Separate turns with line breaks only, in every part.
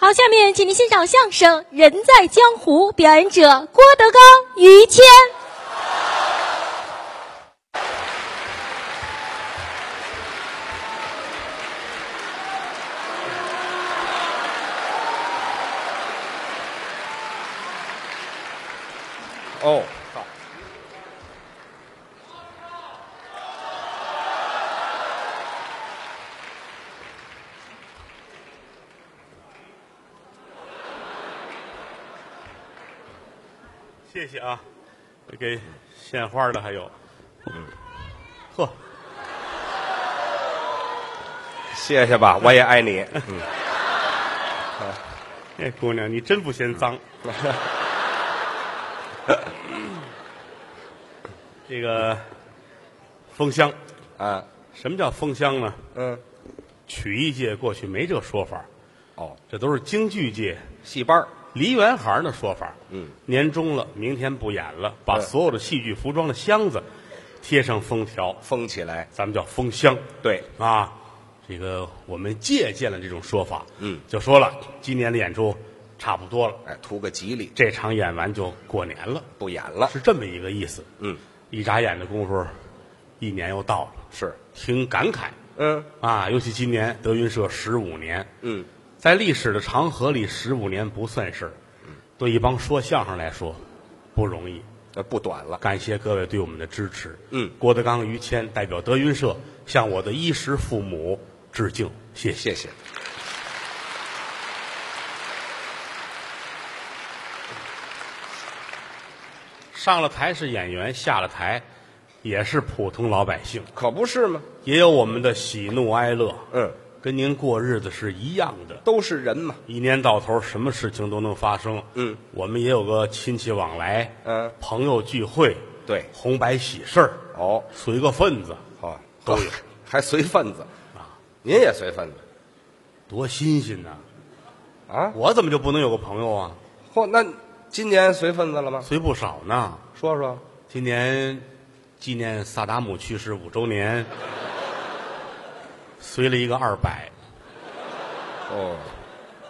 好，下面请您欣赏相声《人在江湖》，表演者郭德纲、于谦。
哦，好。谢谢啊，给献花的还有，
嗯
呵，
谢谢 吧，我也爱你。嗯
那哎姑娘你真不嫌 脏。这个封箱，
啊，
什么叫封箱呢？
嗯，
曲艺界过去没这说法，
哦，
这都是京剧界
戏班儿
梨园行的说法。
嗯，
年终了，明天不演了，把
对
所有的戏剧服装的箱子贴上封条，
封起来，
咱们叫封箱。
对，
啊，这个我们借鉴了这种说法。
嗯，
就说了今年的演出差不多了，
哎，图个吉利，
这场演完就过年了，
不演了。
是这么一个意思。
嗯，
一眨眼的功夫，一年又到了，
是，
挺感慨
嗯
啊。尤其今年德云社十五年，
嗯，
在历史的长河里，十五年不算事儿，
嗯
对一帮说相声来说不容易。
呃不短了。
感谢各位对我们的支持。
嗯
郭德纲、于谦代表德云社向我的衣食父母致敬，谢谢。
谢谢。
上了台是演员，下了台也是普通老百姓，
可不是吗？
也有我们的喜怒哀乐，
嗯，
跟您过日子是一样的。
都是人嘛。
一年到头，什么事情都能发生。
嗯，
我们也有个亲戚往来，
嗯
朋友聚会，
对
红白喜事儿，
哦，
随个份子，
哦，
都 有
还随份子您也随份子
多新鲜呐！
啊？
我怎么就不能有个朋友啊？
嚯，那今年随份子了吗？
随不少呢。
说说。
今年纪念萨达姆去世五周年，随了一个二百
哦，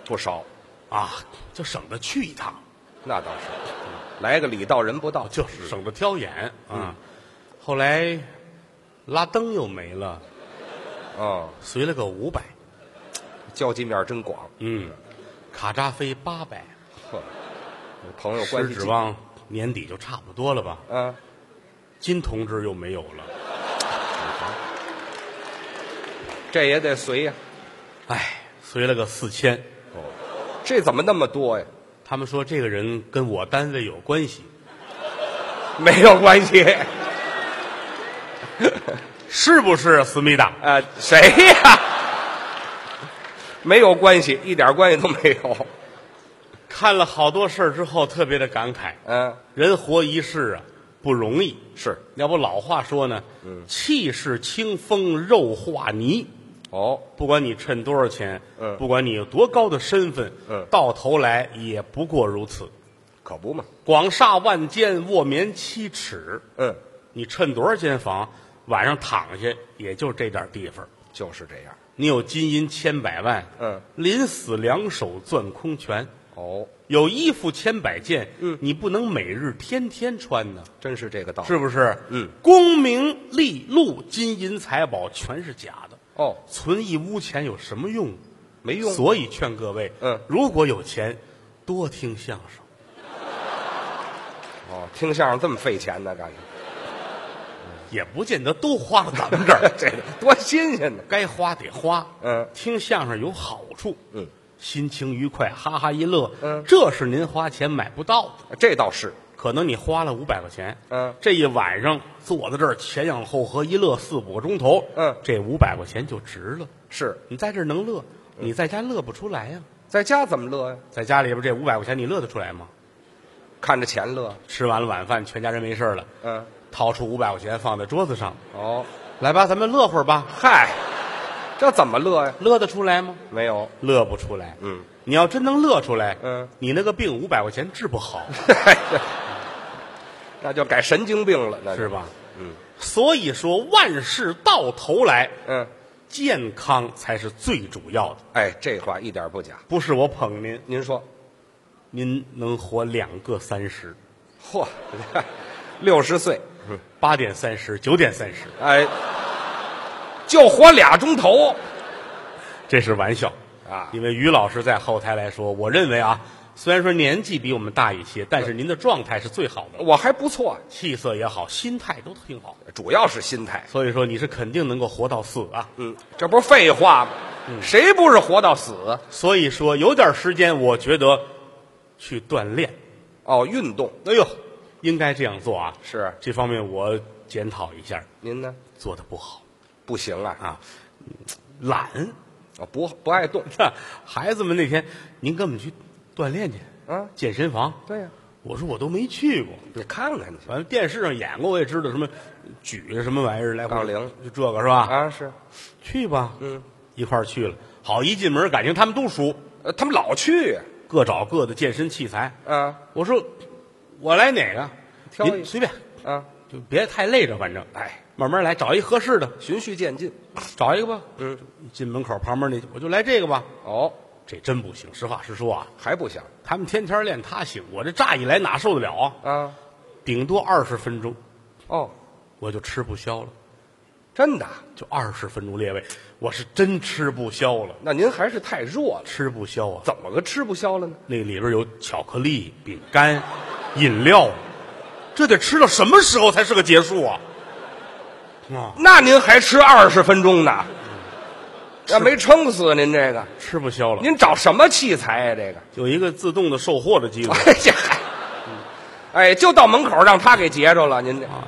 不少，
啊，就省得去一趟。
那倒是。来个礼到人不到，
就是省得挑眼啊。后来拉登又没了，
哦，
随了个五百，
交际面真广。
嗯，卡扎菲八百，
嚯，朋友关
是
系
指望年底就差不多了吧？
啊，
金同志又没有了，
这也得随呀、
哎，随了个四千。
哦，这怎么那么多呀？
他们说这个人跟我单位有关系，
没有关系
是不是？思密达，
啊，谁呀？ 没有关系，一点关系都没有。
看了好多事儿之后，特别的感慨，
嗯、
人活一世啊，不容易。
是
要不老话说呢，
嗯
气是清风，肉化泥。
哦，
不管你趁多少钱，
嗯
不管你有多高的身份，
嗯
到头来也不过如此。
可不嘛。
广厦万间，卧眠七尺，
嗯，
你趁多少间房，晚上躺下也就这点地方。
就是这样。
你有金银千百万，
嗯，
临死两手攥空拳；
哦，
有衣服千百件，嗯，你不能每日天天穿呢，
真是这个道理。
是不是？
嗯，
功名利禄、金银财宝全是假的，
哦，
存一屋钱有什么用？
没用。
所以劝各位，
嗯
如果有钱，多听相声。
哦，听相声这么费钱呢，感觉，
也不见得都花到咱们这儿
这多新鲜呢。
该花得花。
嗯
听相声有好处，
嗯，
心情愉快，哈哈一乐，
嗯
这是您花钱买不到的。
这倒是。
可能你花了五百块钱，
嗯
这一晚上坐在这儿前仰后合一乐四五个钟头，
嗯
这五百块钱就值了。
是
你在这儿能乐，
嗯
你在家乐不出来呀、
在家怎么乐呀、
在家里边这五百块钱你乐得出来吗？
看着钱乐。
吃完了晚饭，全家人没事儿了，
嗯，
掏出五百块钱放在桌子上，
哦，
来吧，咱们乐会儿吧。
嗨，这怎么乐呀、
乐得出来吗？
没有。
乐不出来。
嗯，
你要真能乐出来，
嗯，
你那个病五百块钱治不好，
那就改神经病了，那就是
吧？
嗯
所以说，万事到头来，
嗯，
健康才是最主要的。
哎，这话一点不假。
不是我捧您，
您说，
您能活两个三十，
嚯， 六十岁，
八点三十，九点三十，
哎，就活俩钟头，
这是玩笑
啊
因为于老师在后台来说，我认为啊，虽然说年纪比我们大一些，但是您的状态是最好的，
我还不错，
气色也好，心态都挺好，
主要是心态。
所以说你是肯定能够活到死啊。
嗯，这不是废话吗？谁不是活到死？
所以说有点时间，我觉得去锻炼，
哦，运动
哎呦，应该这样做啊。
是
这方面我检讨一下，
您呢？
做的不好，
不行啊，
啊懒。
哦、不不爱动
孩子们那天，您跟我们去锻炼去
啊？
健身房。
对呀、
我说我都没去过，
你看看去
反正电视上演过，我也知道什么举着什么玩意儿来回
杠铃，
就这个是吧？
啊，是，
去吧，
嗯，
一块儿去了。好，一进门感情他们都熟，
呃，他们老去
各找各的健身器材。
啊
我说我来哪个？
挑一
您随便，
啊，
就别太累着，反正
哎，
慢慢来，找一合适的，
循序渐进。
找一个吧。
嗯，
进门口旁边那，我就来这个吧。
哦，
这真不行，实话实说啊，
还不行
他们天天练，他行，我这乍一来哪受得了啊？
啊？
顶多二十分钟，
哦，
我就吃不消了，
真的？啊
就二十分钟列位，我是真吃不消了，
那您还是太弱了，
吃不消啊！
怎么个吃不消了呢？
那里边有巧克力、饼干、饮料，这得吃到什么时候才是个结束啊？啊，
那您还吃二十分钟呢？那没撑死啊您这个，
吃不消了。
您找什么器材呀、啊这个，
有一个自动的售货的机子，
哎呀，嗨哎，就到门口让他给截着了。您这
啊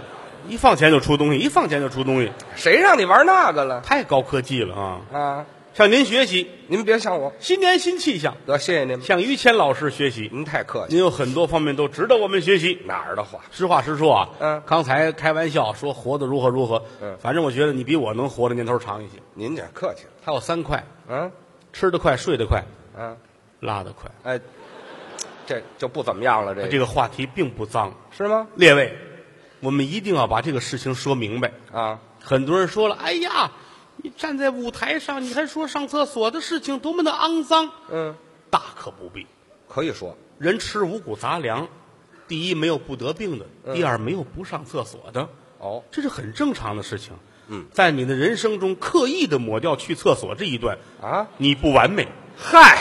一放钱就出东西，一放钱就出东西，
谁让你玩那个了
太高科技了啊！
啊？
向您学习，
您别像我，
新年新气象，
得谢谢您，
向于谦老师学习，
您太客气。
您有很多方面都值得我们学习。
哪儿的话？
实话实说啊，
嗯
刚才开玩笑说活得如何如何，
嗯
反正我觉得你比我能活的年头长一些。
您这客气了，
还有三块，
嗯
吃得快，睡得快，
嗯，
拉得快。
哎，这就不怎么样了，这
这
个
个话题并不脏，
是吗？
列位，我们一定要把这个事情说明白。
啊，
很多人说了，哎呀，你站在舞台上，你还说上厕所的事情多么的肮脏，
嗯，
大可不必。
可以说，
人吃五谷杂粮，第一没有不得病的，
嗯
第二没有不上厕所的。
哦，
这是很正常的事情。
嗯，
在你的人生中刻意的抹掉去厕所这一段
啊，
你不完美。
嗨，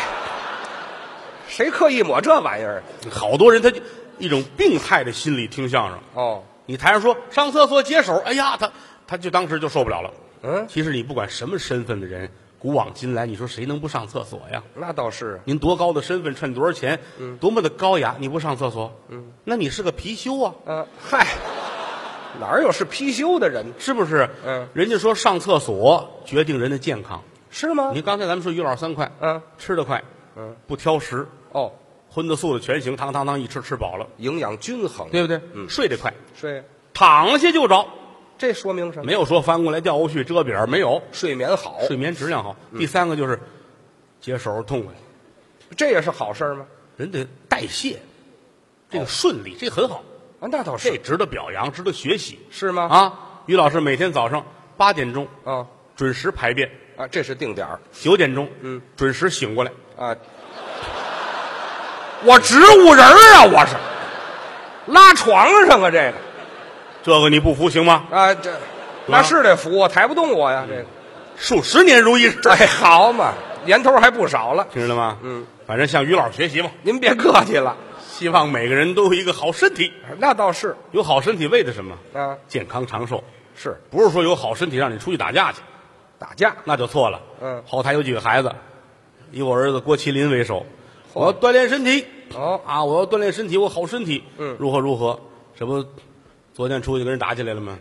谁刻意抹这玩意儿？
好多人他就一种病态的心理听相声，
哦，
你台上说上厕所解手，哎呀，他他就当时就受不了了。
嗯
其实你不管什么身份的人，古往今来，你说谁能不上厕所呀？
那倒是，
您多高的身份，趁多少钱，
嗯
多么的高雅，你不上厕所，嗯，那你是个貔貅啊，
嗯、嗨，哪儿有是貔貅的人？
是不是？
嗯，
人家说上厕所决定人的健康。
是吗？
您刚才咱们说于老师三块，
嗯，
吃得快，
嗯，
不挑食，
哦，
荤的素的全行，堂堂堂一吃吃饱了，
营养均衡，
对不对？
嗯，
睡得快，
睡，
躺下就着，
这说明什么？
没有说翻过来掉过去遮饼儿，没有，
睡眠好，
睡眠质量好。
嗯
第三个就是解手痛快，
这也是好事儿吗？
人得代谢，这个顺利，这很好，
啊，那倒
这
是，
值得表扬，值得学习
是吗？
啊！于老师每天早上八点钟
啊
准时排便，
啊，这是定点儿
九点钟
嗯
准时醒过来，
啊。我植物人儿啊，我是拉床上啊，这个
这个你不服行吗？
啊，这那是得扶我，抬不动我呀，这
嗯
个。
数十年如一日，
哎，好嘛，年头还不少了，
听着了吗？
嗯，
反正向于老师学习嘛，
您别客气了。
希望每个人都有一个好身体。
那倒是
有好身体为的什么？
啊，
健康长寿，
是
不是说有好身体让你出去打架去，
打架
那就错了。
嗯
后台有几个孩子，以我儿子郭麒麟为首，
嚯
我要锻炼身体
哦，
啊，我要锻炼身体，我好身体，
嗯
如何如何？这不，昨天出去跟人打起来了吗？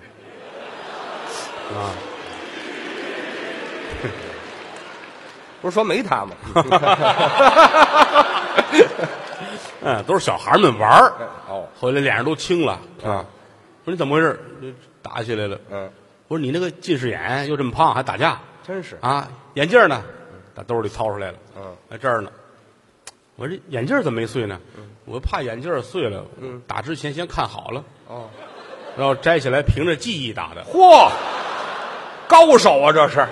啊，
不是说没他吗？
嗯，都是小孩们玩儿，
哦
后来脸上都青了。
啊，
我说你怎么回事？就打起来了。
嗯，
我说你那个近视眼又这么胖，还打架？
真是
啊，眼镜呢？打兜里掏出来了。
嗯，
在这儿呢。我说这眼镜怎么没碎呢？我怕眼镜碎了。
嗯，
打之前先看好了，
哦，
然后摘下来，凭着记忆打的。
嚯，高手啊，这是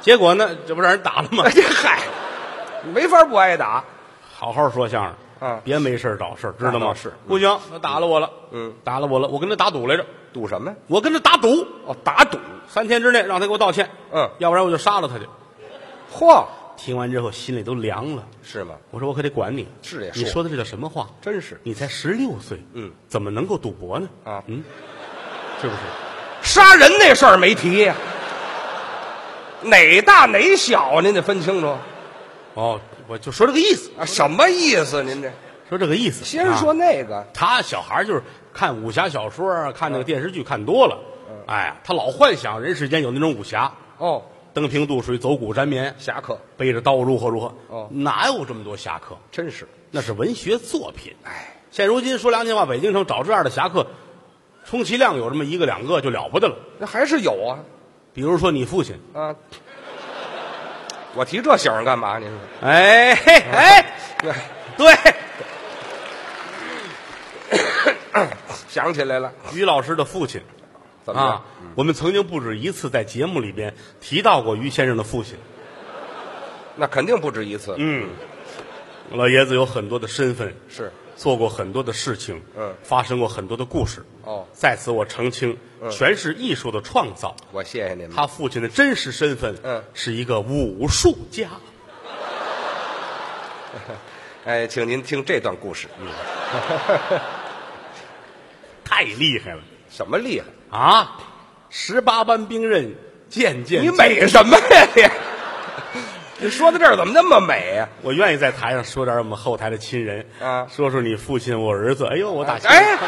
结果呢，这不让人打了吗
哎？这嗨，没法不挨打。
好好说相声，
嗯
别没事儿找事儿，知道
那
吗？
倒是
不行，他打了我了，
嗯，
打了我了，我跟他打赌来着，
赌什么呀？
我跟他打赌，
哦，打赌。
三天之内让他给我道歉，
嗯
要不然我就杀了他去。
嚯，
听完之后心里都凉了，
是吗？
我说我可得管你，
是也是
你说的这叫什么话？
真是
你才十六岁，
嗯，
怎么能够赌博呢？
啊
嗯，是不是？
杀人那事儿没提呀、哪大哪小您得分清楚
哦，我就说这个意思，
啊！什么意思？您这
说这个意思。
先说
啊
那个，
他小孩儿就是看武侠小说啊，看那个电视剧看多了，哎呀，他老幻想人世间有那种武侠，
哦，
登平渡水，走骨沾棉，
侠客
背着刀如何如何。
哦
哪有这么多侠客？
真是，
那是文学作品。
哎，
现如今说良心话，北京城找这样的侠客，充其量有这么一个两个就了不得了。
那还是有啊
比如说你父亲，
啊！我提这醒儿干嘛？您说，
哎嘿哎，
哎
对，
想起来了，
于老师的父亲
怎么
啊
样？，
我们曾经不止一次在节目里边提到过于先生的父亲。
那肯定不止一次，
嗯，老爷子有很多的身份，
是
做过很多的事情，
嗯
发生过很多的故事。
哦
在此我澄清，
嗯
全是艺术的创造。
我谢谢您们。
他父亲的真实身份，
嗯
是一个武术家。
哎，请您听这段故事，嗯
太厉害了
什么厉害？
啊！十八般兵刃，剑剑。
你美什么呀你？你 说到这儿怎么那么美啊呀、
我愿意在台上说点我们后台的亲人
啊
说说你父亲，我儿子。哎呦，我打心里
哎，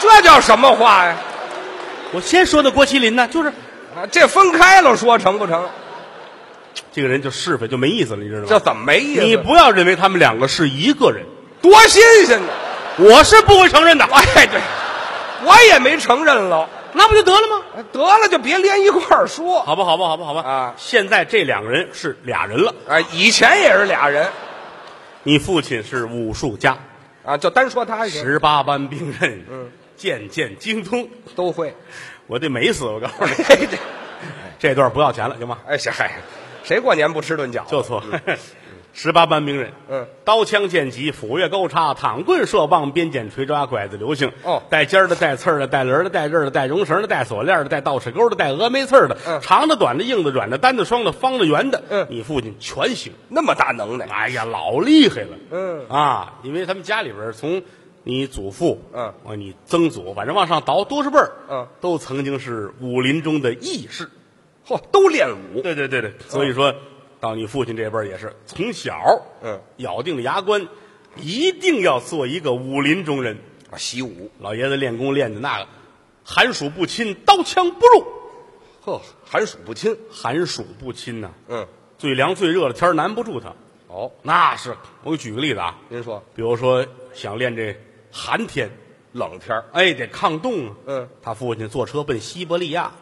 这叫什么话呀？
我先说的郭麒麟呢，就是
啊，这分开了说成不成？
这个人就是非就没意思了，你知道吗？
这怎么没意思？
你不要认为他们两个是一个人，
多新鲜呢！
我是不会承认的。
哎，对，我也没承认喽。
那不就得了吗？
得了，就别连一块儿说。
好吧，好吧，好吧，好吧。
啊
现在这两个人是俩人了。
啊，以前也是俩人
你父亲是武术家，
啊，就单说他一个
十八般兵刃，嗯，剑剑精通，
都会。
我得美死！我告诉
哎
你，
这
这段不要钱了，行吗？
哎，嗨，谁过年不吃顿饺子？
就错， 十八般兵刃，
嗯，
刀枪剑戟斧钺钩叉躺棍射棒鞭锏锤抓拐子流星，
哦
带尖儿的带刺儿的带轮儿的带刃儿的带绒绳儿的带锁链儿的带倒齿钩的带峨眉刺儿的，
嗯
长的短的硬的软的单的双的方的圆的，
嗯
你父亲全行，
那么大能耐，
哎呀，老厉害了，
嗯
啊，因为他们家里边儿从你祖父，
嗯
啊，你曾祖，反正往上倒多少辈儿，
嗯，
都曾经是武林中的义士，
嚯，都练武。
对对对对，所以说到你父亲这辈儿也是从小，
嗯，
咬定了牙关，一定要做一个武林中人。
啊，习武。
老爷子练功练的那个，寒暑不侵，刀枪不入，
呵，寒暑不侵。
寒暑不侵呐、
嗯，
最凉最热的天儿难不住他。
哦，
那是，我给你举个例子啊，
您说
比如说想练这寒天，
冷天儿
哎，得抗冻啊。
嗯，
他父亲坐车奔西伯利亚，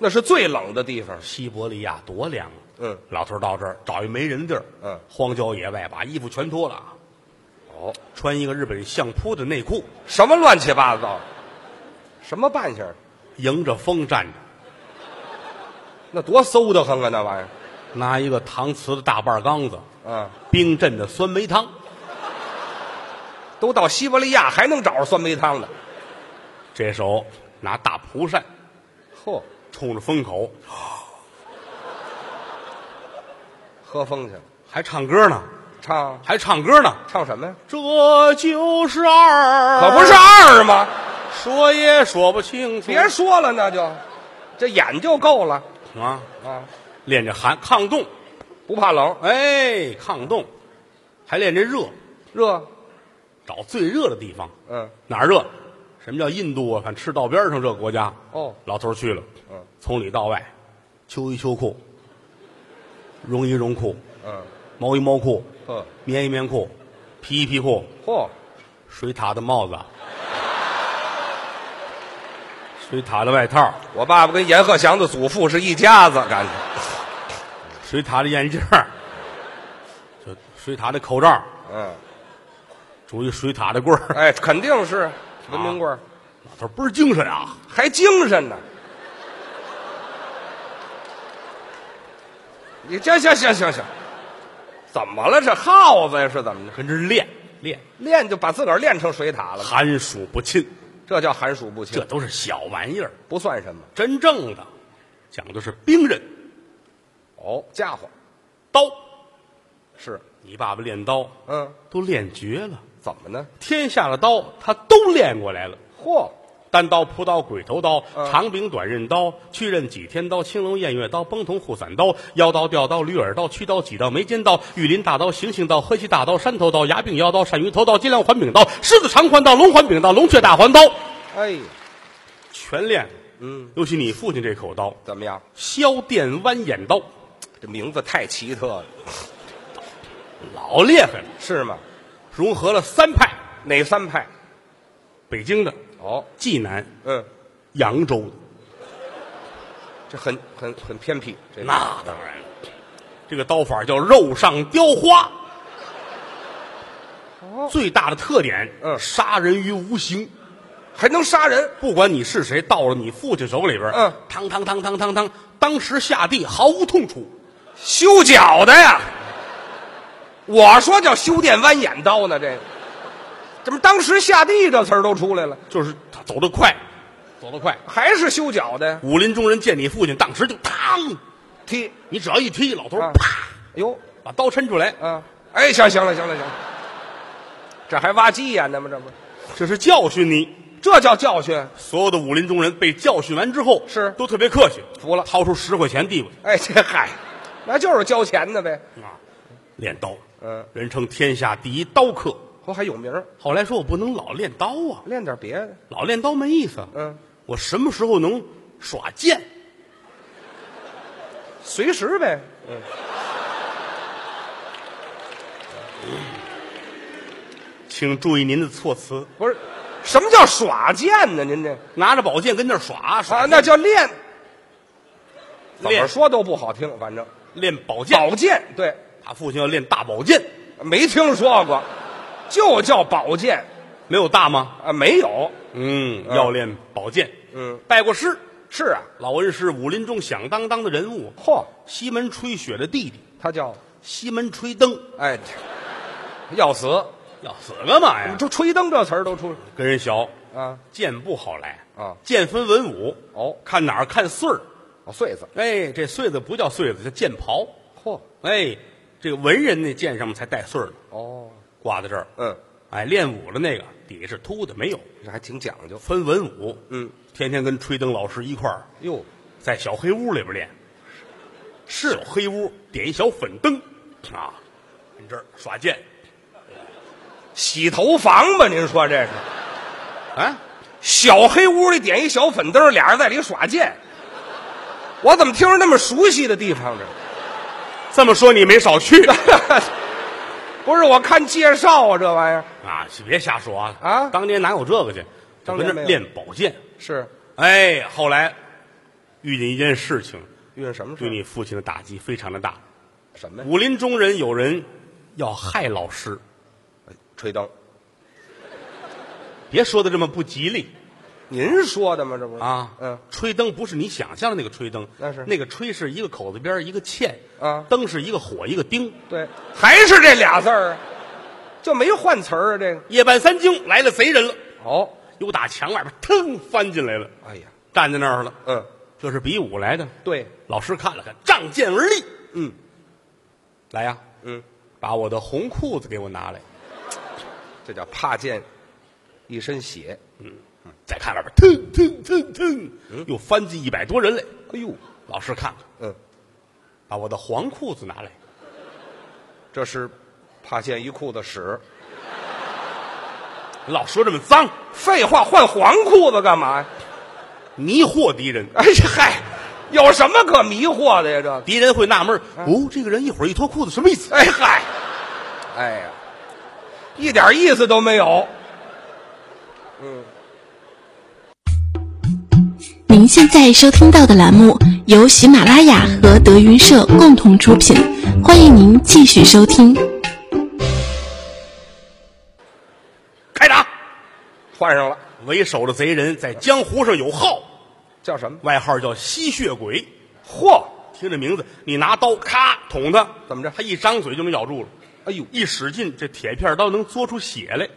那是最冷的地方。
西伯利亚多凉啊！
嗯，
老头儿到这儿找一没人地儿，
嗯
荒郊野外，把衣服全脱了啊，
哦，
穿一个日本相扑的内裤，
什么乱七八糟，什么扮相？
迎着风站着，
那多馊的很啊，那玩意
拿一个搪瓷的大半缸子，
儿啊，
冰镇的酸梅汤，
都到西伯利亚还能找着酸梅汤的。
这手拿大蒲扇
嚯，
冲着风口，
喝风去了，
还唱歌呢，
唱
还唱歌呢，
唱什么呀？
这就是二，
可不是二吗？
说也说不清楚，
别说了，那就这眼就够了
啊，
啊，
练着寒抗冻，
不怕冷，
哎，抗冻，还练这热，
热，
找最热的地方，
嗯，
哪儿热？什么叫印度啊？反正赤道边上这个国家。
哦
老头儿去了，
嗯
从里到外，秋衣秋裤，绒衣绒裤，
嗯，
毛衣毛裤，
呵，
棉衣棉裤，皮衣皮裤，
嚯，
水獭的帽子，水獭的外套，
我爸爸跟阎鹤祥的祖父是一家子，感觉
水獭的眼镜儿，就水獭的口罩，
嗯，
拄一水獭的棍儿，
哎，肯定是文明
啊
棍儿，
老头儿倍儿精神啊！
还精神呢。你这行行行行，怎么了？这耗子呀是怎么着？
跟这儿练练，
练就把自个儿练成水獭了，
寒暑不侵，
这叫寒暑不
这
侵，
都是小玩意儿。
不算什么。
真正的讲究是兵刃，
哦，家伙
刀。
是，
你爸爸练刀
嗯，
都练绝了，
怎么呢？
天下的刀他都练过来了。
嚯，
单刀、朴刀、鬼头刀、
嗯
长柄短刃刀、去刃几天刀、青龙偃月刀、崩铜护伞刀、腰刀、吊刀、驴耳刀、曲刀、几刀、眉尖刀、玉林大刀、行刑刀、黑旗大刀、山头刀、牙柄腰刀、鳝鱼头刀、金梁环柄刀、狮子长环刀、龙环柄刀、龙雀大环刀，
哎，
全练了。
嗯，
尤其你父亲这口刀，
怎么样？
削电弯眼刀，
这名字太奇特了，
老厉害了，
是吗？
融合了三派：
哪三派？
北京的、
哦，
济南、
嗯，
扬州的。
这很很很偏僻，这个
那当然了，这个刀法叫肉上雕花。最大的特点，
哦嗯
杀人于无形。
还能杀人？
不管你是谁，到了你父亲手里边，
嗯，
嘡嘡嘡嘡嘡嘡，当时下地毫无痛楚。
修脚的呀！我说叫修电弯眼刀呢，这个怎么当时下地这词儿都出来了？
就是他走得快，走得快。
还是修脚的呀？
武林中人见你父亲，当时就嘡，
踢，
你只要一踢，老头儿
啊
啪
哎呦，
把刀抻出来，
啊，哎，行行了，行了，行了，这还挖鸡眼呢吗？这不，
这是教训你。
这叫教训。
所有的武林中人被教训完之后，
是
都特别客气，
服了
掏出十块钱递过去。
哎，这嗨，那就是交钱的呗。
啊，练刀，
嗯
人称天下第一刀客。
我哦还有名儿，
后来说我不能老练刀啊，
练点别的。
老练刀没意思。
嗯，
我什么时候能耍剑？
随时呗。
请注意您的措辞，
不是，什么叫耍剑呢？您这
拿着宝剑跟那儿耍耍
啊，
剑，
那叫练。怎么
练
说都不好听，反正
练宝剑。
宝剑对，
他父亲要练大宝剑，
没听说过，就叫宝剑
没有大吗？
啊，没有。
嗯，要练宝剑。
嗯，
拜过师，
是啊，
老恩师，武林中响当当的人物，
嚯，
西门吹雪的弟弟，
他叫
西门吹灯，
哎，要死，
要死干嘛呀？
就吹灯这词儿都出来
跟人学，
嗯啊。
剑不好来
啊
剑分文武，
哦，
看哪儿看穗儿。
哦，穗子，
哎，这穗子不叫穗子，叫剑袍。
嚯，
哎，这个文人那剑上面才带穗儿呢，
哦，
挂在这儿。
嗯，
哎，练武的那个底下是秃的，没有
这还挺讲究。
分文武。
嗯，
天天跟吹灯老师一块儿
哟，
在小黑屋里边练。是 小黑屋点一小粉灯啊，跟这儿耍剑
洗头房吧？您说这是？
啊，
小黑屋里点一小粉灯，俩人在里耍剑。我怎么听着那么熟悉的地方呢？
这么说你没少去
不是，我看介绍啊，这玩意儿
啊！别瞎说啊！
啊
当年哪有这个去？就
当
跟
年
这
没
儿
有
练宝剑。
是
哎，后来遇见一件事情，
遇上什么事
对
儿？
你父亲的打击非常的大。
什么呀？
武林中人有人要害老师，
吹灯？
别说的这么不吉利
您说的吗？这不是
啊！
嗯，
吹灯不是你想象的那个吹灯，
那是
那个吹是一个口字边儿一个欠
啊
灯是一个火一个丁。
对，还是这俩字儿啊，就没换词儿啊。这个
夜半三更来了贼人了，
哦，
又打墙外边腾翻进来了，
哎呀，
站在那儿了。
嗯，
这是比武来的。
对，
老师看了看，仗剑而立。
嗯
来呀，
嗯，
把我的红裤子给我拿来。
这叫怕见一身血。
再看外边，腾腾腾
嗯
腾，又翻进一百多人来。
哎呦，
老师看看，
嗯，
把我的黄裤子拿来。
这是怕见一裤子屎。
老说这么脏，
废话，换黄裤子干嘛呀？
迷惑敌人，
哎呀，嗨，有什么可迷惑的呀？这，
敌人会纳闷儿：哦，这个人一会儿一脱裤子什么意思？
哎嗨，哎呀，一点意思都没有。
您现在收听到的栏目由喜马拉雅和德云社共同出品，欢迎您继续收听。
开打！
换上了，
为首的贼人在江湖上有号，
叫什么？
外号叫吸血鬼。
嚯，
听这名字，你拿刀咔捅他，
怎么着
他一张嘴就能咬住了，
哎呦，
一使劲，这铁片刀能嘬出血来。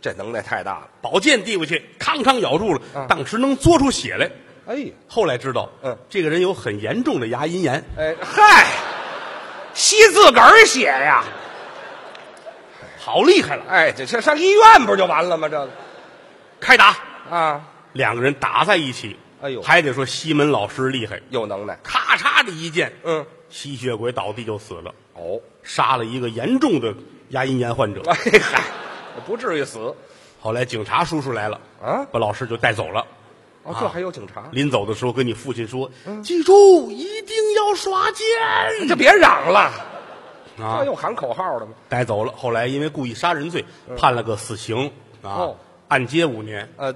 这能耐太大了。
宝剑递过去，康康咬住了，当时能嘬出血来。
哎呀，
后来知道，
嗯
这个人有很严重的牙龈炎，
哎嗨，吸自个儿血呀！
好厉害了！
哎，这这上医院不就完了吗？这个
开打，
啊，
两个人打在一起，
哎呦
还得说西门老师厉害，
有能耐。
咔嚓的一剑，
嗯，
吸血鬼倒地就死了，
哦，
杀了一个严重的牙龈炎患者。
哎嗨，不至于死
后来警察叔叔来了，
啊
把老师就带走了。
哦，这还有警察，
临走的时候跟你父亲说，记住一定要耍
嗯这
剑
别嚷了，哎
啊
这！有喊口号的吗？
带走了。后来因为故意杀人罪，判了个死刑啊
嗯哦，
按揭五年。
呃，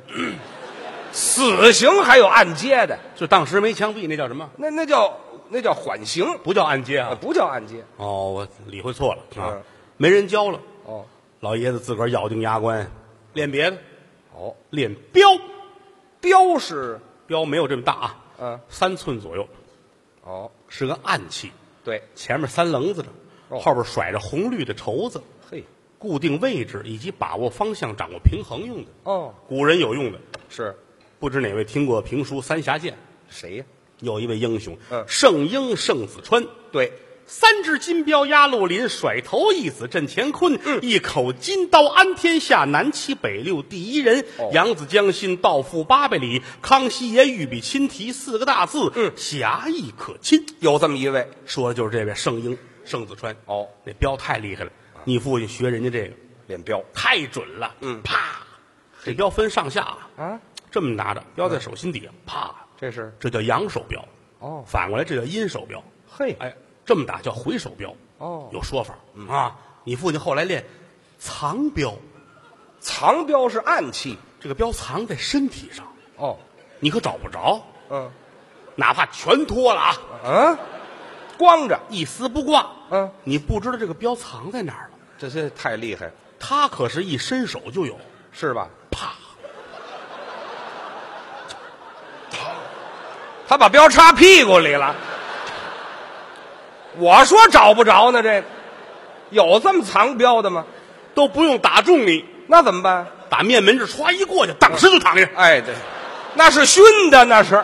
死刑还有按揭的，
就当时没枪毙，那叫什么？
那那叫那叫缓刑，
不叫按揭
啊
啊！
不叫按揭。
哦，我理会错了啊
嗯，
没人教了。
哦
老爷子自个儿咬定牙关，练别的，
哦，
练镖。
镖是
镖没有这么大啊，
嗯
三寸左右，
哦，
是个暗器，
对，
前面三棱子的，
哦
后边甩着红绿的绸子，
嘿，
固定位置以及把握方向、掌握平衡用的。
哦，
古人有用的，
是
不知哪位听过评书《三峡剑》？
谁呀？
有一位英雄，
嗯
圣英圣子川，
对，
三只金镖压陆林，甩头一子震乾坤，
嗯
一口金刀安天下，南七北六第一人。
哦
扬子江心，道覆八百里，康熙爷御笔亲题四个大字，嗯，侠义可亲。
有这么一位。
说的就是这位圣英圣子川。
哦，
那镖太厉害了，你父亲学人家这个
练镖
太准了，
嗯
啪，这镖分上下啊，
啊，
这么拿着，镖在手心底下，
嗯
啪，
这是
这叫阳手镖。
哦
反过来这叫阴手镖。
嘿
哎，这么打叫回手镖。
哦
有说法啊。你父亲后来练藏镖，
藏镖是暗器
这个镖藏在身体上，
哦，
你可找不着，
嗯
哪怕全脱了啊，
嗯，光着，
一丝不挂，
嗯，
你不知道这个镖藏在哪儿了。
这些太厉害了，
他可是一伸手就有，
是吧？
啪，
他把镖插屁股里了。我说找不着呢，这个有这么藏镖的吗？
都不用打中你，
那怎么办？
打面门这歘一过去，当时就躺下。
哎，对，那是熏的，那是。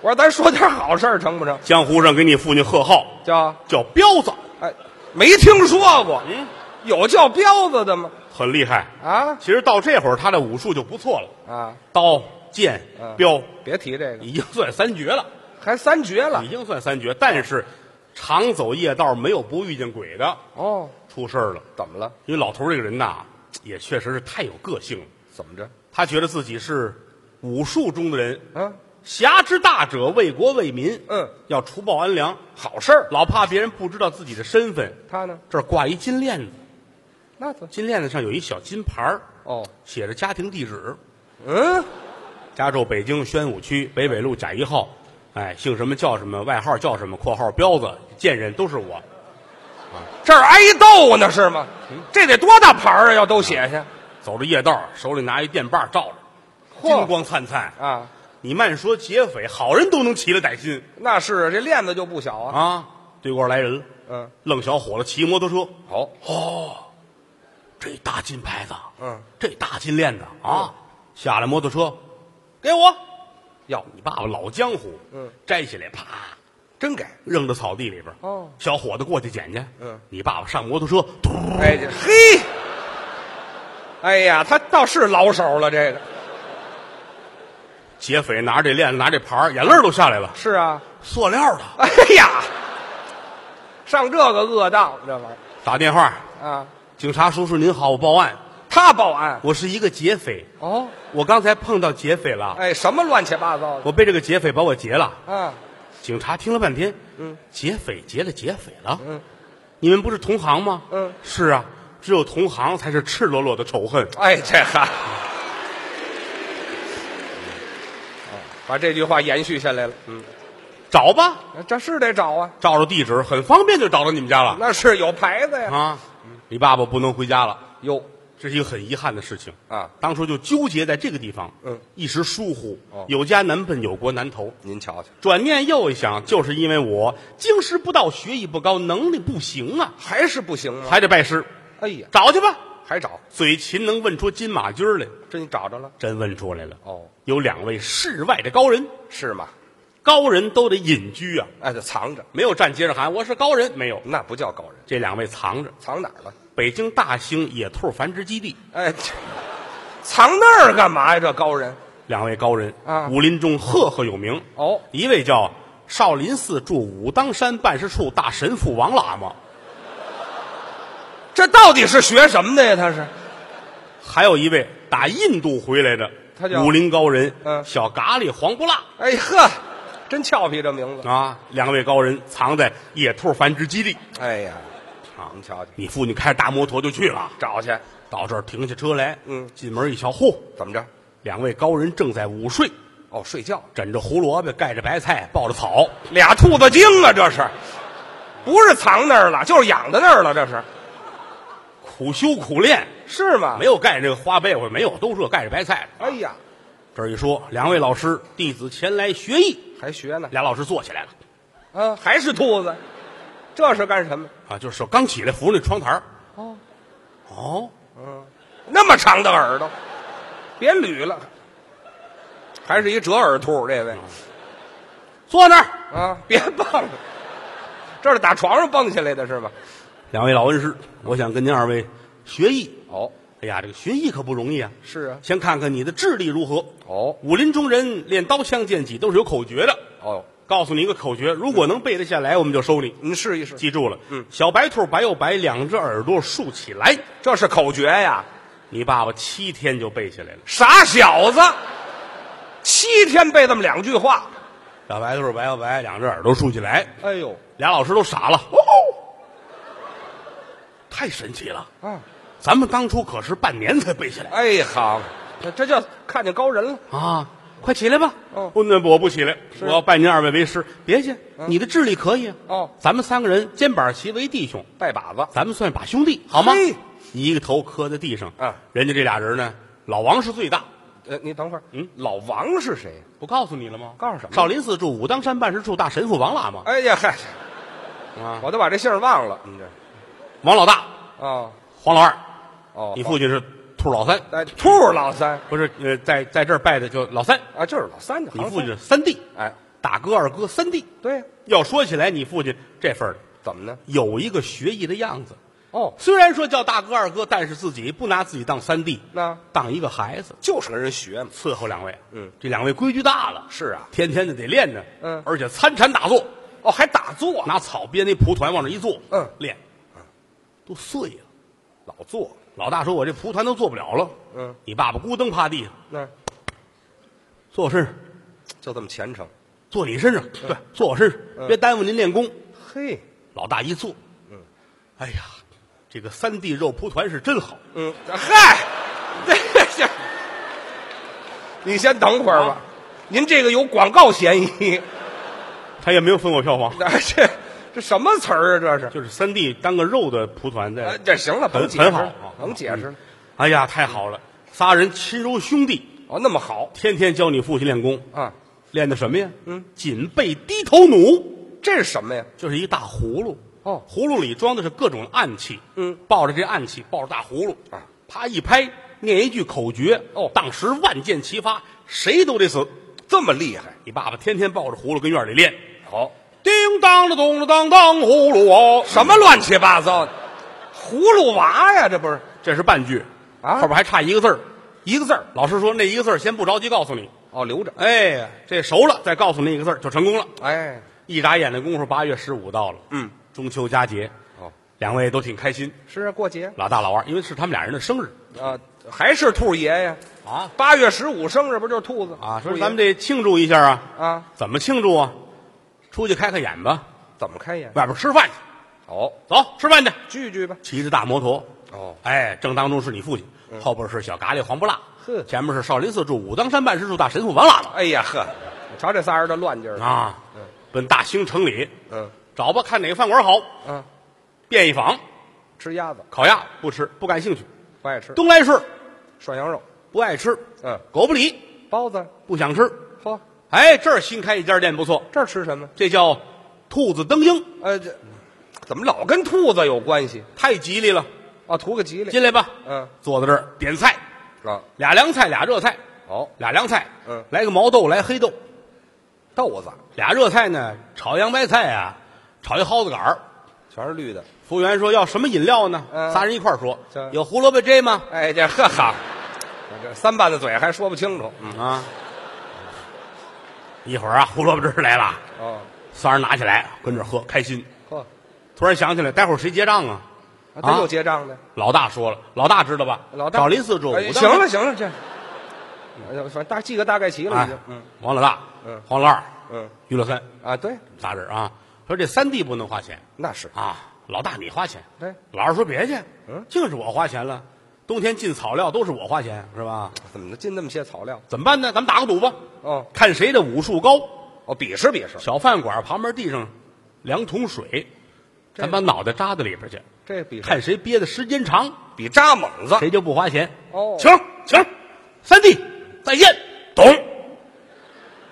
我说咱说点好事儿成不成？
江湖上给你父亲贺号
叫
叫彪子，
哎，没听说过，
嗯，
有叫彪子的吗？
很厉害。
啊
其实到这会儿他的武术就不错了，
啊，
刀、剑
嗯、
镖，
别提这个，
已经算三绝了，
还三绝了
已经算三绝。但是，常走夜道没有不遇见鬼的，
哦。
出事儿了。
怎么了？
因为老头儿这个人呐，也确实是太有个性了。
怎么着？
他觉得自己是武术中的人，
嗯，
侠之大者，为国为民，
嗯，
要除暴安良，
好事儿。
老怕别人不知道自己的身份。
他呢？
这儿挂一金链子，
那怎么？
金链子上有一小金牌儿
哦，
写着家庭地址，
嗯，
家住北京宣武区北纬路甲一号，哎，姓什么叫什么，外号叫什么，括号彪子，见人都是我。
这儿挨斗呢是吗？这得多大牌儿啊！要都写下，
走着夜道，手里拿一电棒照着，
嚯
金光灿灿。
啊，
你慢说劫匪，好人都能起了歹心
那是这链子就不小啊。
啊！对过来人了，
嗯，
愣小伙子骑摩托车，
好，
这大金牌子，
嗯，
这大金链子啊，下来摩托车，给我。要你爸爸老江湖，
嗯，
摘起来啪
真给。
扔到草地里边。
哦，
小伙子过去捡去。
嗯，
你爸爸上摩托车，嘟，
哎，这嘿，哎呀，他倒是老手了。这个
劫匪拿着这链子，拿这牌儿眼泪儿都下来了。
是啊。
塑料的，
哎呀，上这个恶当这玩意
打电话，
儿啊，
警察叔叔您好，我报案，
他报案
我是一个劫匪，
哦。
我刚才碰到劫匪了，
哎，什么乱七八糟的
我被这个劫匪把我劫了。
啊？
警察听了半天，
嗯，
劫匪劫了劫匪了，
嗯，
你们不是同行吗？
嗯
是啊，只有同行才是赤裸裸的仇恨。
哎，这哈，哦把这句话延续下来了。嗯，
找吧，
这是得找啊，
照着地址很方便就找到你们家了
那是有牌子呀。
啊。你爸爸不能回家了，
啊哟，
这是一个很遗憾的事情
啊
当初就纠结在这个地方，
嗯，
一时疏忽，
哦
有家难奔，有国难投。
您瞧瞧，
转念又一想，就是因为我经师不到，学艺不高，能力不行啊，
还是不行吗？
还得拜师，
哎呀，
找去吧。
还找，
嘴勤能问出金马驹儿来，
这你找着了
真问出来了。
哦，
有两位世外的高人，
是吗？
高人都得隐居啊，
哎，就藏着，
没有站街上喊我是高人，没有。
那不叫高人，
这两位藏着，
藏哪儿了？
北京大兴野兔繁殖基地，
哎， 这藏那儿干嘛呀？这高人
两位高人
啊
武林中赫赫有名。
哦，
一位叫少林寺驻武当山办事处大神父王喇嘛，
这到底是学什么的呀？他是
还有一位打印度回来的，
他叫
武林高人，
嗯
小咖喱黄不辣
哎呵，真俏皮这名字。
啊，两位高人藏在野兔繁殖基地
哎呀，
啊。
您瞧瞧，
你父亲开着大摩托就去了，
找去
到这儿停下车来，
嗯
进门一瞧，嚯，
怎么着？
两位高人正在午睡，
哦，睡觉，
枕着胡萝卜，盖着白菜，抱着草，
俩兔子精啊，这是，不是藏那儿了，就是养在那儿了，这是
苦修苦练，
是吗？
没有盖这个花被窝，没有，都是盖着白菜。
哎呀，
这儿一说，两位老师，弟子前来学艺。
还学呢，
俩老师坐起来了
啊，还是兔子，这是干什么？
啊，就是手刚起来扶着那窗台哦，哦，
那么长的耳朵，别捋了，还是一折耳兔，这位
坐那儿。
啊，别蹦，这是打床上蹦起来的是吧？
两位老恩师，我想跟您二位学艺。
哦，
哎呀，这个学艺可不容易啊！
是啊，
先看看你的智力如何。
哦
武林中人练刀枪剑戟都是有口诀的。
哦，
告诉你一个口诀，如果能背得下来，我们就收你。
您试一试，
记住了，
嗯，
小白兔白又白，两只耳朵竖起来。
这是口诀呀，
你爸爸七天就背下来了。
傻小子，七天背这么两句话，
小白兔白又白，两只耳朵竖起来。
哎呦，
俩老师都傻了，哦，太神奇了！
啊，
咱们当初可是半年才背下来
哎好，这这叫看见高人了，
啊！快起来吧！
哦嗯
不，那我不起来，我要拜您二位为师。别去，你的智力可以啊
哦
咱们三个人肩膀齐为弟兄，
拜把子，
咱们算把兄弟好吗
嘿？
一个头磕在地上，
嗯
人家这俩人呢，老王是最大，
呃，你等会儿，
嗯，
老王是谁？
不告诉你了吗？
告诉什么
少林寺驻武当山办事处大神父王喇嘛
哎呀嗨，
啊，
我都把这姓儿忘了，你这
王老大，
啊
黄老二，
哦，
你父亲是兔老三，
哎，兔老三
不是呃，在在这儿拜的就老三。
啊，就是老三，
你
行
父
三
亲三弟，
哎，
大哥、二哥、三弟。
对呀，
要说起来，你父亲这份儿里
怎么呢？
有一个学艺的样子。
哦，
虽然说叫大哥、二哥，但是自己不拿自己当三弟，
那
当一个孩子
就是跟人学嘛。
伺候两位。
嗯，
这两位规矩大了，
是啊
天天的得练呢。
嗯
而且参禅打坐，
哦，还打坐，
拿草编那蒲团往那一坐，
嗯
练，都碎了。
老坐，
老大说：“我这蒲团都做不了了。”
嗯，
你爸爸咕噔趴地上，
那
坐我身上，
就这么虔诚。
坐你身上，
嗯
对，坐我身上，别耽误您练功。
嘿，
老大一坐，嗯，哎呀，这个三 D 肉蒲团是真好，
嗯，嗨，这这， 你先等会儿吧，您这个有广告嫌疑。
他也没有分我票房，
哎，这这什么词儿啊？这是？
就是三 D 当个肉的蒲团
哎
在，
这行了，甭
很
解释
很好
了，，甭解释
嗯
了。
哎呀，太好了，仨人亲如兄弟，
哦，那么好
天天教你父亲练功，
啊，
练的什么呀？
嗯，
紧背低头弩，
这是什么呀？
就是一大葫芦。
哦
葫芦里装的是各种暗器，
嗯
抱着这暗器，抱着大葫芦
啊，
啪一拍，念一句口诀，
哦
当时万箭齐发，谁都得死。
这么厉害？
你爸爸天天抱着葫芦跟院里练，
好，
叮当了咚了当当葫芦哦，
什么乱七八糟的？葫芦娃呀，这不是
这是半句，
啊
后边还差一个字儿。
一个字儿
老师说那一个字儿先不着急告诉你，
哦，留着。
哎，这熟了再告诉那一个字儿就成功了。
哎，
一眨眼的功夫，八月十五到了，
嗯，
中秋佳节，
哦，
两位都挺开心，
是啊，过节
老大老二，因为是他们俩人的生日
啊，还是兔爷呀？
啊
八月十五生日不就是兔子
啊，
兔
说
爷
咱们得庆祝一下啊，
啊，
怎么庆祝啊？出去开开眼吧，
怎么开眼？
外边吃饭去，
哦，
走吃饭去，
聚聚吧。
骑着大摩托，
哦，
哎，正当中是你父亲，后边是小咖喱黄不辣，
嗯呵
前面是少林寺驻武当山办事处大神父王喇嘛
哎呀呵，你瞧这仨人的乱劲儿。
啊，奔大兴城里
嗯
找吧，看哪个饭馆好，
嗯，
便宜坊
吃鸭子
烤鸭不吃，不感兴趣，
不爱吃
东来顺
涮羊肉、
不爱吃，
嗯
狗不理，
包子。
不想吃。
嚯，
哎，这儿新开一家店不错，
这儿吃什么？
这叫兔子灯鹰，
呃，这怎么老跟兔子有关系
太吉利了。
啊？图个吉利
进来吧，
嗯，
坐在这儿点菜，
啊！
俩凉菜，俩热菜，
哦，
俩凉菜，
嗯
来个毛豆，来黑豆，
豆子
俩热菜呢，炒洋白菜啊，炒一蒿子杆儿。
全是绿的。
服务员说要什么饮料呢？
嗯
仨人一块儿说
这，
有胡萝卜汁吗？
哎，这呵哈，我这三瓣子嘴还说不清楚。嗯，
啊，一会儿啊，胡萝卜汁儿来了，
哦，
仨人拿起来跟这儿喝，开心。
呵，
突然想起来，待会儿谁结账啊？
啊真有结账的。
老大说了，老大知道吧？
老大
找林四住。
哎行了，行了，这，哎呦反正大记个大概齐了
哎
已经。嗯，
王老大，
嗯
黄老二，
嗯
于老三，
啊，对，
仨人啊。说这三弟不能花钱
那是
啊，老大你花钱，
对，
老二说别去，
嗯
净是我花钱了。冬天进草料都是我花钱，是吧？
怎么能进那么些草料？
怎么办呢？咱们打个赌吧，
哦
看谁的武术高。
哦，比试比试，
小饭馆旁边地上两桶水，
这
咱把脑袋扎到里边去，
这比试
看谁憋的时间长，
比扎猛子。
谁就不花钱。
啊哦
请请，三弟再见，懂？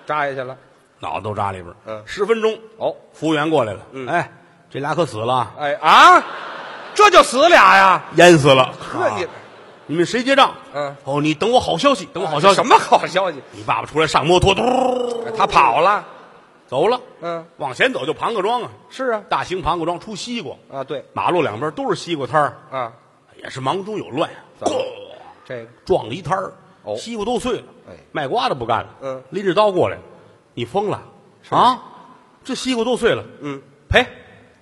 扎下去了。
脑袋都扎里边。
嗯
十分钟，
哦，
服务员过来了。
嗯
哎，这俩可死了啊，
哎啊，这就死俩呀？
淹死了。
呵，你
啊你们谁结账？
嗯啊
哦，你等我好消息，等我好消息。
什？么好消息？
你爸爸出来上摩托，嘟，
他跑了。
走了。
嗯，
往前走就庞各庄啊，
是啊，
大兴庞各庄出西瓜，
啊对
马路两边都是西瓜摊儿，
啊，
也是忙中有乱，啊
怎么
咣
这个
撞了一摊儿，
哦
西瓜都碎了，
哎
卖瓜的不干了，
嗯
拎着刀过来，你疯了啊？这西瓜都碎了，
嗯，
赔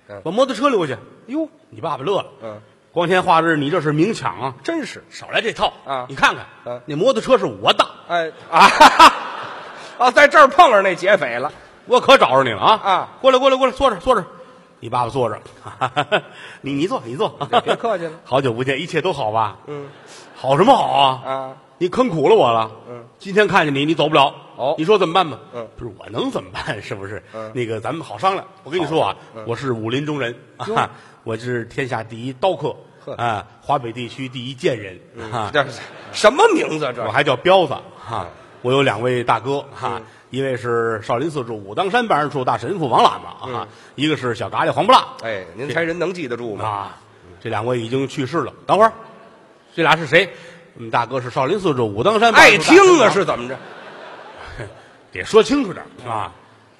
嗯，
把摩托车留下。
哟，
你爸爸乐了，
嗯，
光天化日，你这是明抢啊！
真是
少来这套
啊
你看看，
嗯
那摩托车是我的，
哎啊哈哈，啊，在这儿碰上那劫匪了。
我可找着你了啊！
啊，
过来过来过来，坐这儿坐这儿。你爸爸坐着， 哈哈哈你你坐你 坐，
别客气了
好久不见，一切都好吧？
嗯
好什么好啊？
啊，
你坑苦了我了。
嗯，
今天看见你，你走不了。
哦
你说怎么办吧？
嗯
不是我能怎么办？是不是？
嗯
那个咱们好商量。我跟你说啊，我是武林中人
哟
啊，我是天下第一刀客
呵嗯
啊，华北地区第一剑人啊，
这是什么名字这
我？还叫彪子
嗯
哈。我有两位大哥哈，一位是少林寺住武当山办事处大神父王喇嘛
嗯
啊，一个是小嘎喱黄不辣
哎，您猜人能记得住吗？
啊，这两位已经去世了。等会儿，这俩是谁？我们大哥是少林寺住武当山办
爱
事处大
听
神父王
啊，是怎么着？
得说清楚点
嗯
儿啊。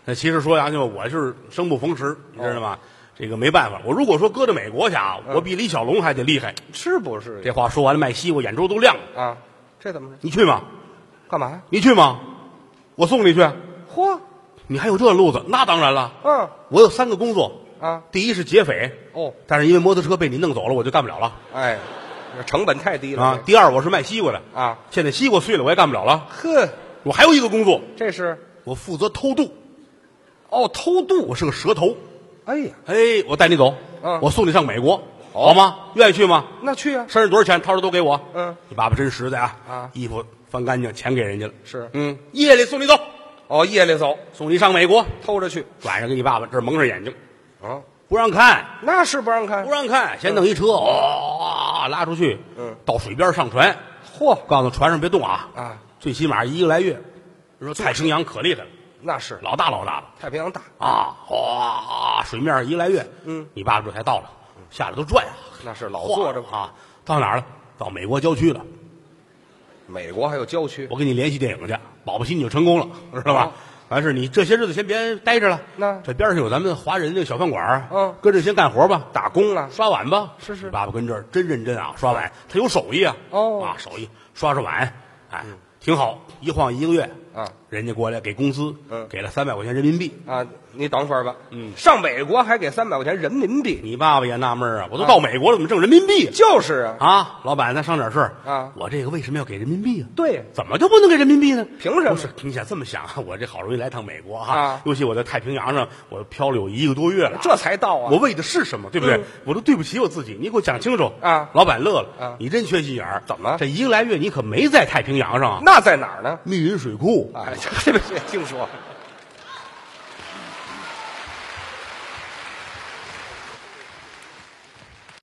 那其实说良心话，我是生不逢时，你知道吗？这个没办法，我如果说搁到美国去啊，
嗯
我比李小龙还得厉害。
是不是
这话说完了，卖西瓜眼珠都亮了。
啊？这怎么着？
你去吗？
干嘛呀？
你去吗？我送你去。
嚯，
你还有这路子？那当然了，
嗯
我有三个工作，
啊，
第一是劫匪，
哦，
但是因为摩托车被你弄走了，我就干不了了
哎，这成本太低了
啊。第二，我是卖西瓜的
啊，
现在西瓜碎了，我也干不了了。
呵，
我还有一个工作，
这是
我负责偷渡，
哦，偷渡。
我是个蛇头。
哎呀，
哎，我带你走，
嗯
我送你上美国，
哦
好吗？愿意去吗？
那去啊，
身上多少钱？掏出都给我。
嗯，
你爸爸真实在啊。
啊
衣服翻干净，钱给人家了。
是
嗯，夜里送你走，
哦，夜里走，
送你上美国。
偷着去
晚上给你爸爸这儿蒙上眼睛，
啊，
不让看。
那是不让看
不。让看，先弄一车，哦，拉出去，
嗯
到水边上船，
嚯
告诉船上别动啊，
啊，
最起码一个来月。你说太平洋可厉害了，
那是
老大老大了
太平洋大，
啊，哗，水面上一个来月，
嗯，
你爸爸这才到了，下来都转啊，
那是老坐着
晃啊，到哪儿了？到美国郊区了，
美国还有郊区，
我给你联系电影去，保不齐你就成功了，知道吧
哦？
完事你这些日子先别待着了，
那
这边上有咱们华人这个小饭馆儿
嗯
跟着先干活吧，
打工啊，
刷碗吧，
是是
你爸爸跟这儿真认真啊，刷碗，他有手艺啊，
哦嗯
啊，手艺刷刷碗，哎，挺好。一晃一个月
啊，
人家过来给工资，
嗯
给了三百块钱人民币。
啊，你等会儿吧。
嗯
上美国还给三百块钱人民币，
你爸爸也纳闷儿啊，我都到美国了，怎么挣人民币啊？
就是啊，
啊，老板，咱商点事儿
啊
我这个为什么要给人民币啊？
对，
怎么就不能给人民币呢？
凭什么
不是，你想这么想啊， 我这好容易来趟美国哈、
啊
尤其我在太平洋上，我漂了有一个多月了，
这才到啊。
我为的是什么，对不对？
嗯
我都对不起我自己，你给我讲清楚
啊
老板乐了，
啊
你真缺心眼儿，
怎么
这一个来月你可没在太平洋上啊，
那在哪儿呢？啊
密云水库，
哎，这这没听说